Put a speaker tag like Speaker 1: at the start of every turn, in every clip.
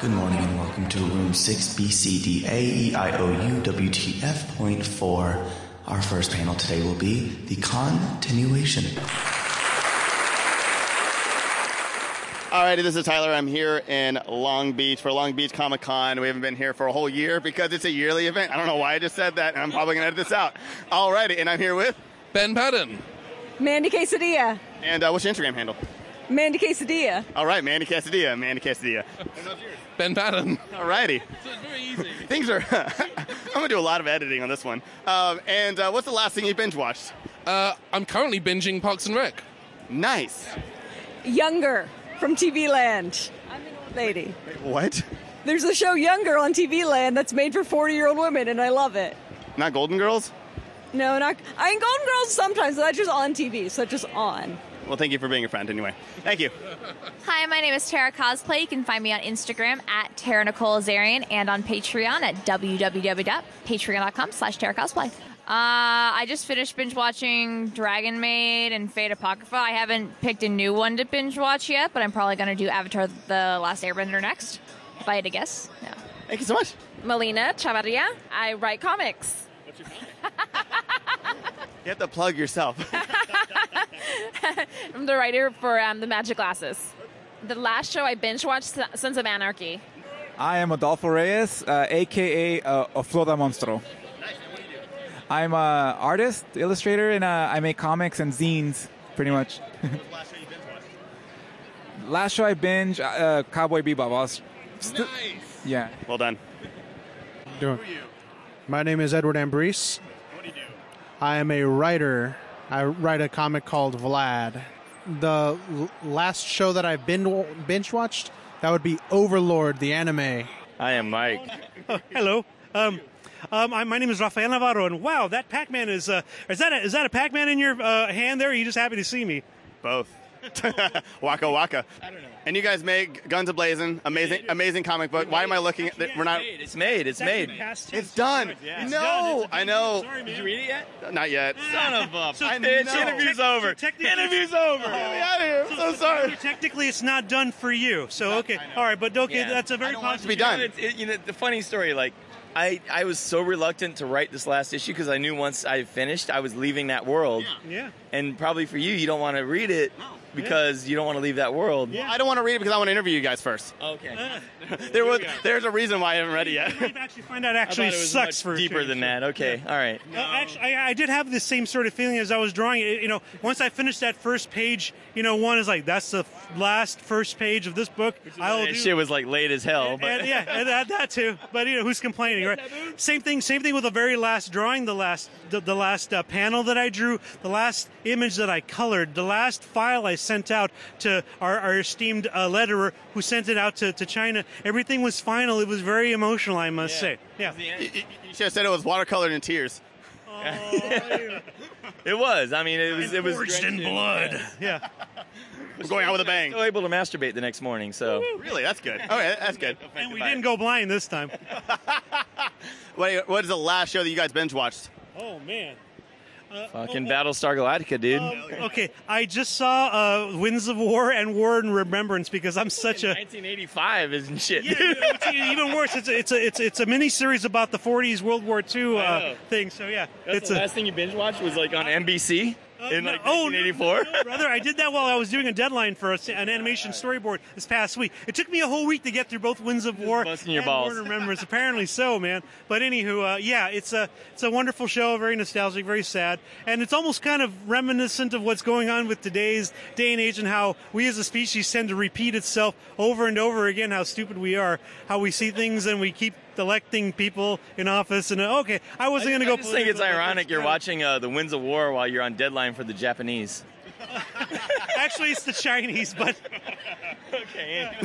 Speaker 1: Good morning and welcome to Room E, 6BCDAEIOUWTF.4. Our first panel today will be the continuation.
Speaker 2: Alrighty, this is Tyler. I'm here in Long Beach for Long Beach Comic Con. We haven't been here for a whole year because it's a yearly event. I don't know why I just said that, and I'm probably gonna edit this out. Alrighty, and I'm here with
Speaker 3: Ben Patton.
Speaker 4: Mandy Quesadilla.
Speaker 2: and uh, what's your Instagram handle?
Speaker 4: Mandy Quesadilla.
Speaker 2: All right, Mandy Casadilla, Mandy Casadilla.
Speaker 3: Ben Patton.
Speaker 2: Alrighty,
Speaker 3: So it's very easy.
Speaker 2: things are. I'm gonna do a lot of editing on this one. Um, and uh, what's the last thing you binge watched?
Speaker 3: Uh, I'm currently binging Parks and Rec.
Speaker 2: Nice.
Speaker 4: Younger from TV Land. I'm an old lady.
Speaker 2: Wait, what?
Speaker 4: There's a show Younger on TV Land that's made for 40 year old women, and I love it.
Speaker 2: Not Golden Girls?
Speaker 4: No, not. I mean, Golden Girls sometimes, but that's just on TV, so that's just on.
Speaker 2: Well, thank you for being a friend anyway. Thank you.
Speaker 5: Hi, my name is Tara Cosplay. You can find me on Instagram at Tara Nicole Azarian and on Patreon at www.patreon.com slash Tara Cosplay. Uh, I just finished binge watching Dragon Maid and Fate Apocrypha. I haven't picked a new one to binge watch yet, but I'm probably going to do Avatar The Last Airbender next, if I had to guess. Yeah.
Speaker 2: Thank you so much.
Speaker 6: Melina Chavarria. I write comics.
Speaker 2: You have to plug yourself.
Speaker 6: I'm the writer for um, the Magic Glasses. The last show I binge watched, Sons of Anarchy.
Speaker 7: I am Adolfo Reyes, uh, aka uh, Afloda Monstro. I'm an artist, illustrator, and uh, I make comics and zines, pretty much. Last show I binge, uh, Cowboy Bebop. I was st- Yeah.
Speaker 2: well done.
Speaker 8: doing? My name is Edward Ambrose. I am a writer. I write a comic called Vlad. The l- last show that I've been binge watched that would be Overlord, the anime.
Speaker 9: I am Mike.
Speaker 10: Hello. Um, um, I, my name is Rafael Navarro, and wow, that Pac-Man is—is that a, is that a Pac-Man in your uh, hand there? Are you just happy to see me?
Speaker 2: Both. waka waka. I don't know. And you guys make Guns Ablazing, amazing, amazing comic book. Why am I looking at? We're not.
Speaker 9: It's made. It's made.
Speaker 2: It's done. No, I know.
Speaker 10: Sorry, man.
Speaker 9: Did you read it yet?
Speaker 2: Not yet.
Speaker 9: Son of a
Speaker 10: So-
Speaker 9: bitch!
Speaker 2: know.
Speaker 9: Interview's
Speaker 10: So
Speaker 9: over.
Speaker 10: technically-
Speaker 9: Interview's over.
Speaker 2: Get me out of here. I'm so sorry.
Speaker 10: Technically, it's not done for you. So okay, all right, but okay,
Speaker 9: Yeah.
Speaker 10: that's a
Speaker 2: I
Speaker 10: very
Speaker 2: don't want it to be
Speaker 10: positive.
Speaker 2: done.
Speaker 9: It's, it, you know, the funny story, like. I, I was so reluctant to write this last issue because I knew once I finished I was leaving that world,
Speaker 10: Yeah.
Speaker 9: and probably for you you don't want to read it because you don't want to leave that world.
Speaker 10: Yeah.
Speaker 2: I don't want to read it because I want to interview you guys first.
Speaker 9: Oh, Okay.
Speaker 10: Uh,
Speaker 2: There was, there's a reason why I haven't read it
Speaker 10: I
Speaker 2: yet.
Speaker 10: didn't actually find out actually
Speaker 9: I thought it was
Speaker 10: sucks
Speaker 9: much
Speaker 10: for a
Speaker 9: deeper
Speaker 10: change.
Speaker 9: than that. Okay. All right.
Speaker 10: Uh, actually, I, I did have the same sort of feeling as I was drawing it. You know, once I finished that first page, you know, one is like, that's the f- last first page of this book. I'll
Speaker 9: that
Speaker 10: do.
Speaker 9: shit was like late as hell, but
Speaker 10: and, yeah, and that, that too. But you know, who's complaining, right? Same thing. Same thing with the very last drawing, the last, the, the last uh, panel that I drew, the last image that I colored, the last file I sent out to our, our esteemed uh, letterer who sent it out to, to China. Everything was final. It was very emotional, I must say. Yeah.
Speaker 2: You, you- you should have said it was watercolored in tears.
Speaker 9: it was. I mean, it was. It was
Speaker 10: Forged in
Speaker 9: drenched
Speaker 10: blood. Yeah.
Speaker 2: We're going out with a bang.
Speaker 9: Still able to masturbate the next morning, so
Speaker 2: Really, that's good. Okay, that's good.
Speaker 10: And we didn't go blind this time.
Speaker 2: What, what is the last show that you guys binge watched?
Speaker 10: Oh man.
Speaker 9: fucking Battlestar Galactica, dude.
Speaker 10: Okay, I just saw uh, Winds of War and War and Remembrance because I'm such a
Speaker 9: 1985 isn't shit.
Speaker 10: yeah,
Speaker 9: dude.
Speaker 10: yeah, it's even worse. It's a, it's a it's it's a mini series about the 40s World War II
Speaker 9: I
Speaker 10: uh,
Speaker 9: know.
Speaker 10: thing. So yeah,
Speaker 9: That's
Speaker 10: it's
Speaker 9: the
Speaker 10: a
Speaker 9: last thing you binge watched was like on NBC
Speaker 10: uh,
Speaker 9: in
Speaker 10: no-
Speaker 9: like
Speaker 10: oh, no,
Speaker 9: 1984.
Speaker 10: no, brother, I did that while I was doing a deadline for a, an animation storyboard this past week. It took me a whole week to get through both Winds of War
Speaker 9: busting your
Speaker 10: and
Speaker 9: balls.
Speaker 10: War and Remembrance. Apparently so, man. But anywho, uh, yeah, it's a it's a wonderful show, very nostalgic, very sad, and it's almost kind of reminiscent of what's going on with today's day and age and how we as a species tend to repeat itself over and over again. How stupid we are, how we see things and we keep electing people in office. And uh, okay, I wasn't going to go.
Speaker 9: I just think it's
Speaker 10: political, but
Speaker 9: ironic you're
Speaker 10: kind of-
Speaker 9: watching uh, The Winds of War while you're on deadline for the Japanese.
Speaker 10: Actually, it's the Chinese, but
Speaker 9: Okay.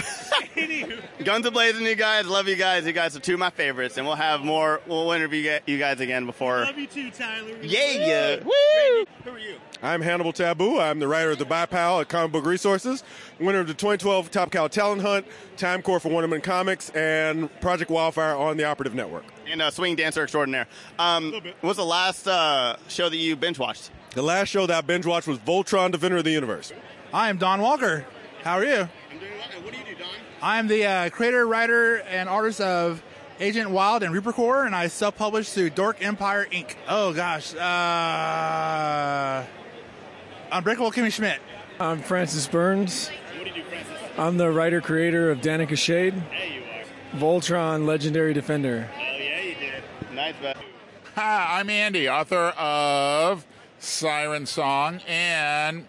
Speaker 10: anywho.
Speaker 2: Guns ablazing, you guys. Love you guys. You guys are two of my favorites, and we'll have more. We'll interview ga- you guys again before.
Speaker 10: Love you too, Tyler.
Speaker 2: Yeah, yeah.
Speaker 11: I'm Hannibal Taboo. I'm the writer of the BiPal at Comic Book Resources, winner of the 2012 Top Cow Talent Hunt, Time Core for Wonderman Comics, and Project Wildfire on the Operative Network.
Speaker 2: and a swing dancer extraordinaire. Um, what's the last uh, show that you binge watched?
Speaker 11: The last show that I binge watched was Voltron, Defender of the Universe.
Speaker 7: I am Don Walker.
Speaker 12: How are you? I'm the uh, creator, writer, and artist of Agent Wild and Reaper Core, and I self-publish through Dork Empire Inc. Oh gosh, uh, Unbreakable Kimmy Schmidt.
Speaker 13: I'm Francis Burns. I'm the writer creator of Danica Shade. Voltron Legendary Defender.
Speaker 2: Nice, bud.
Speaker 14: Hi, I'm Andy, author of Siren Song and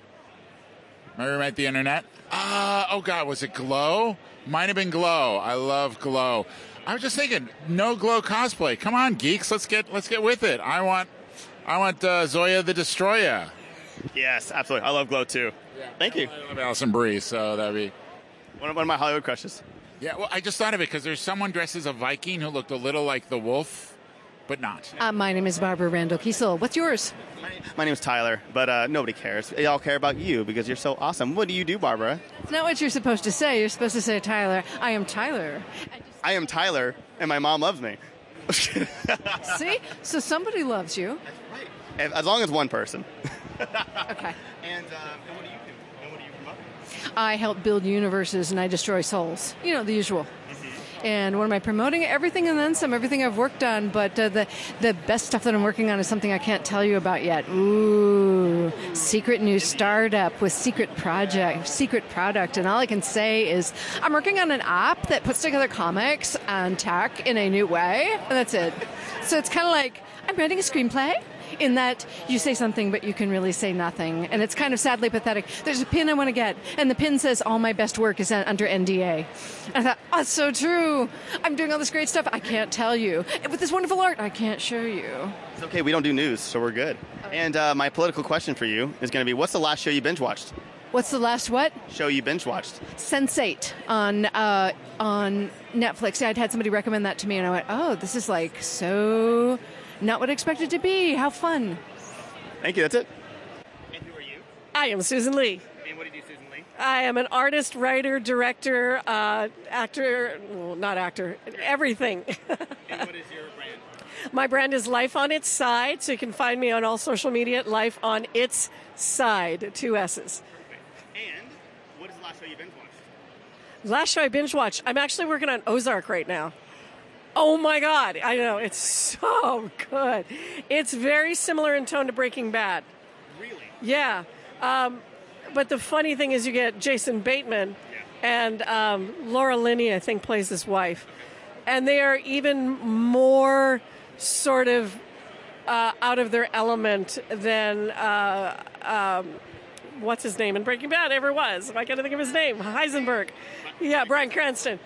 Speaker 14: My Room at the Internet. Uh, oh, God, was it Glow? Might have been Glow. I love Glow. I was just thinking, no Glow cosplay. Come on, geeks, let's get let's get with it. I want, I want uh, Zoya the Destroyer.
Speaker 2: Yes, absolutely. I love Glow too. Thank you.
Speaker 14: I love Allison Brie, so that'd be
Speaker 2: one of, one of my Hollywood crushes.
Speaker 14: Yeah, well, I just thought of it because there's someone dressed as a Viking who looked a little like the wolf, but not.
Speaker 4: Uh, my name is Barbara Randall Kiesel. What's yours?
Speaker 2: My name is Tyler, but uh, nobody cares. They all care about you because you're so awesome. What do you do, Barbara?
Speaker 4: It's not what you're supposed to say. You're supposed to say Tyler. I am Tyler.
Speaker 2: I am Tyler, and my mom loves me.
Speaker 4: See? So somebody loves you.
Speaker 2: As as long as one person.
Speaker 4: Okay.
Speaker 2: And, um, and what do you do? And what do you promote?
Speaker 4: I help build universes and I destroy souls. You know, the usual. And what am I promoting? Everything and then some, everything I've worked on, but uh, the, the best stuff that I'm working on is something I can't tell you about yet. Ooh, secret new startup with secret project, secret product. And all I can say is I'm working on an app that puts together comics and tech in a new way, and that's it. So it's kind of like I'm writing a screenplay in that you say something but you can really say nothing and it's kind of sadly pathetic there's a pin i want to get and the pin says all my best work is un- under nda and i thought oh it's so true i'm doing all this great stuff i can't tell you with this wonderful art i can't show you
Speaker 2: It's okay, we don't do news, so we're good. And uh, my political question for you is going to be what's the last show you binge watched?
Speaker 4: what's the last what
Speaker 2: Show you binge watched.
Speaker 4: Sense8 on uh, on Netflix. I'd had somebody recommend that to me, and I went, "Oh, this is like so not what I expected to be. How fun!"
Speaker 2: Thank you, that's it.
Speaker 10: I am Susan Lee.
Speaker 2: And what do you do, Susan Lee?
Speaker 10: I am an artist, writer, director, uh, actor, well, not actor, everything.
Speaker 2: And what is your brand?
Speaker 10: My brand is Life on Its Side, so you can find me on all social media at Life on Its Side, two S's.
Speaker 2: And what is the last show you binge watched?
Speaker 10: Last show I binge watched, I'm actually working on Ozark right now. Oh my God, I know, it's so good. It's very similar in tone to Breaking Bad.
Speaker 2: Really?
Speaker 10: Yeah. Um, but the funny thing is, you get Jason Bateman and um, Laura Linney, I think, plays his wife. And they are even more sort of uh, out of their element than uh, um, what's his name in Breaking Bad ever was. "Ah, I can't think of his name. Heisenberg. Yeah, Brian Cranston.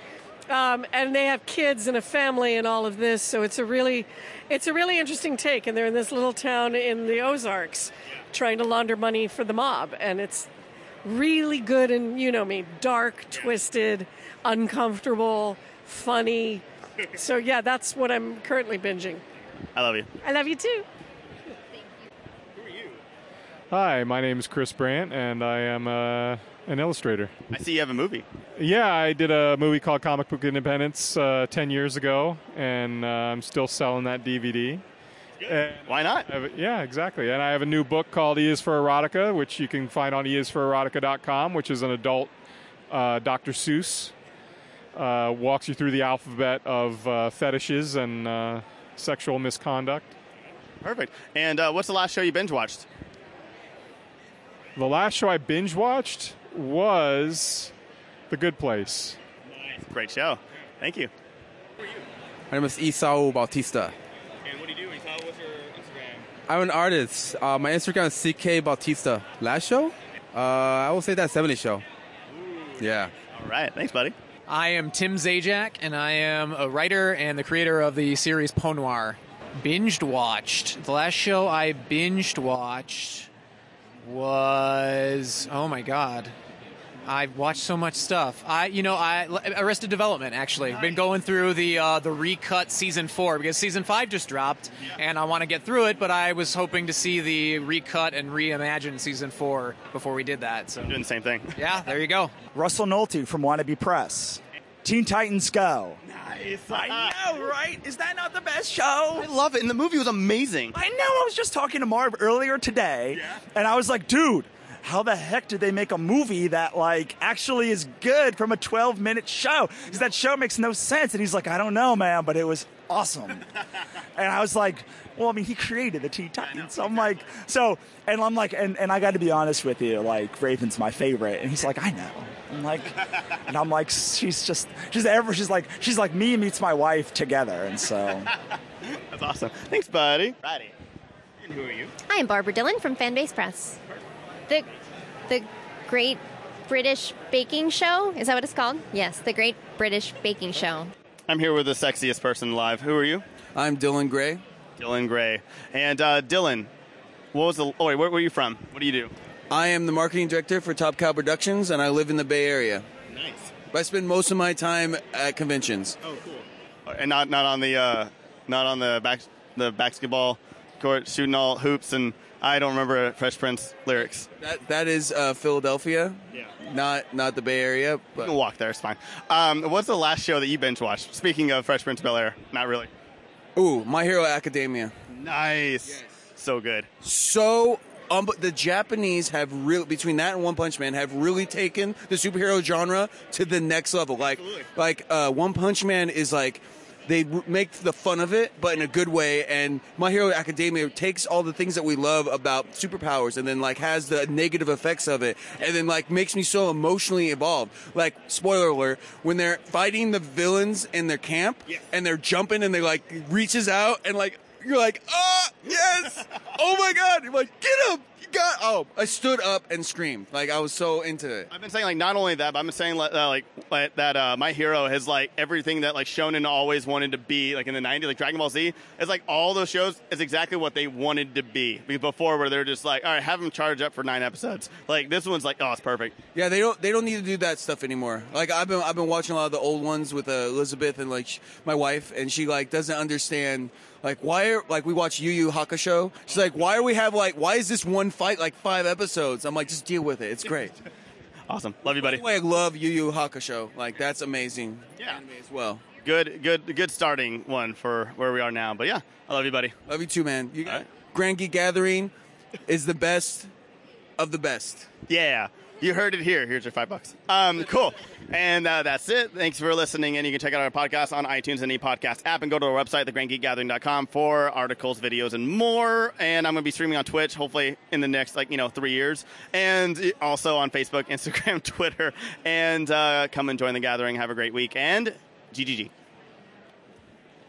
Speaker 10: Um, and they have kids and a family and all of this, so it's a really, it's a really interesting take. And they're in this little town in the Ozarks, trying to launder money for the mob, and it's really good and you know me, dark, twisted, uncomfortable, funny. So yeah, that's what I'm currently binging.
Speaker 2: I love you.
Speaker 10: I love you too.
Speaker 7: Hi, my name is Chris Brandt, and I am uh, an illustrator.
Speaker 2: I see you have a movie.
Speaker 7: Yeah, I did a movie called Comic Book Independence uh, 10 years ago, and uh, I'm still selling that DVD.
Speaker 2: Why not?
Speaker 7: yeah, exactly. And I have a new book called E is for Erotica, which you can find on E eisforerotica.com, which is an adult uh, Dr. Seuss. Uh, walks you through the alphabet of uh, fetishes and uh, sexual misconduct.
Speaker 2: Perfect. And uh, what's the last show you binge watched?
Speaker 7: The last show I binge watched was The Good Place.
Speaker 2: Great show. Thank you.
Speaker 15: My name is Isao Bautista.
Speaker 2: And what do you do? Tell what's your Instagram?
Speaker 15: I'm an artist. Uh, my Instagram is CK Bautista. Last show? Uh, I will say that 70 show. Yeah.
Speaker 2: All right. Thanks, buddy.
Speaker 8: I am Tim Zajac, and I am a writer and the creator of the series Poe Noir. Binged watched. The last show I binged watched was oh my god. I've watched so much stuff. I, you know, I Arrested Development actually. Been going through the uh, the recut season four because season five just dropped, and I want to get through it. But I was hoping to see the recut and reimagine season four before we did that. So
Speaker 2: doing the same thing.
Speaker 8: Yeah, there you go.
Speaker 16: Russell Nolte from Wannabe Press. Teen Titans Go.
Speaker 2: Nice.
Speaker 16: I know, right? Is that not the best show? I
Speaker 2: love it, and the movie was amazing.
Speaker 16: I know. I was just talking to Marv earlier today, and I was like, dude,
Speaker 17: how the heck did they make a movie that like actually is good from a 12 minute show? Because that show makes no sense. And he's like, I don't know, man, but it was awesome. and I was like, well, I mean, he created the Teen Titans. So I'm like, so, and I'm like, and, and I got to be honest with you, like, Raven's my favorite. And he's like, I know. I'm like, and I'm like, she's just, she's ever, she's like, she's like me meets my wife together. And so.
Speaker 2: That's awesome. Thanks, buddy. Buddy. And who are you?
Speaker 18: Hi, I'm Barbara Dillon from Fanbase Press. The the Great British Baking Show is that what it's called? Yes, the Great British Baking Show.
Speaker 2: I'm here with the sexiest person live. Who are you?
Speaker 7: I'm Dylan Gray.
Speaker 2: Dylan Gray. And uh, Dylan, what was the? Oh wait, where were you from? What do you do?
Speaker 7: I am the marketing director for Top Cow Productions, and I live in the Bay Area.
Speaker 2: Nice.
Speaker 7: But I spend most of my time at conventions.
Speaker 2: Oh, cool. And not not on the uh, not on the back the basketball court shooting all hoops and I don't remember Fresh Prince lyrics.
Speaker 7: That that is uh, Philadelphia.
Speaker 2: Yeah.
Speaker 7: Not not the Bay Area. But
Speaker 2: You can walk there. It's fine. Um, what's the last show that you binge watched? Speaking of Fresh Prince of Bel Air, not really.
Speaker 7: Ooh, My Hero Academia.
Speaker 2: Nice. So good.
Speaker 7: So um, but the Japanese have really between that and One Punch Man have really taken the superhero genre to the next level. Like like uh, One Punch Man is like they r- make the fun of it, but in a good way. And My Hero Academia takes all the things that we love about superpowers, and then like has the negative effects of it, and then like makes me so emotionally involved. Like spoiler alert: when they're fighting the villains in their camp, and they're jumping, and they like reaches out, and like you're like, ah, yes, oh my god, you're like, get him, you got. Oh, I stood up and screamed, like I was so into it.
Speaker 2: I've been saying like not only that, but I've been saying like, uh, like, like that uh, my hero has like everything that like Shonen always wanted to be like in the '90s, like Dragon Ball Z. It's like all those shows is exactly what they wanted to be because before where they're just like, all right, have them charge up for nine episodes. Like this one's like, oh, it's perfect.
Speaker 7: Yeah, they don't they don't need to do that stuff anymore. Like I've been I've been watching a lot of the old ones with uh, Elizabeth and like sh- my wife, and she like doesn't understand like why are like we watch Yu Yu Hakusho. She's like, why are we have like why is this one fight like five episodes? I'm like, just deal with it. It's great.
Speaker 2: Awesome, love you, buddy.
Speaker 7: By the way, I love Yu Yu Hakusho. Like that's amazing.
Speaker 2: Yeah.
Speaker 7: Anime as well.
Speaker 2: Good, good, good starting one for where we are now. But yeah, I love you, buddy.
Speaker 7: Love you too, man. You, Grand Geek Gathering is the best of the best.
Speaker 2: Yeah, you heard it here. Here's your five bucks. Um, cool. And uh, that's it. Thanks for listening. And you can check out our podcast on iTunes and the podcast app and go to our website, thegrandgeekgathering.com, for articles, videos, and more. And I'm going to be streaming on Twitch, hopefully in the next, like, you know, three years. And also on Facebook, Instagram, Twitter. And uh, come and join the gathering. Have a great week. And GGG.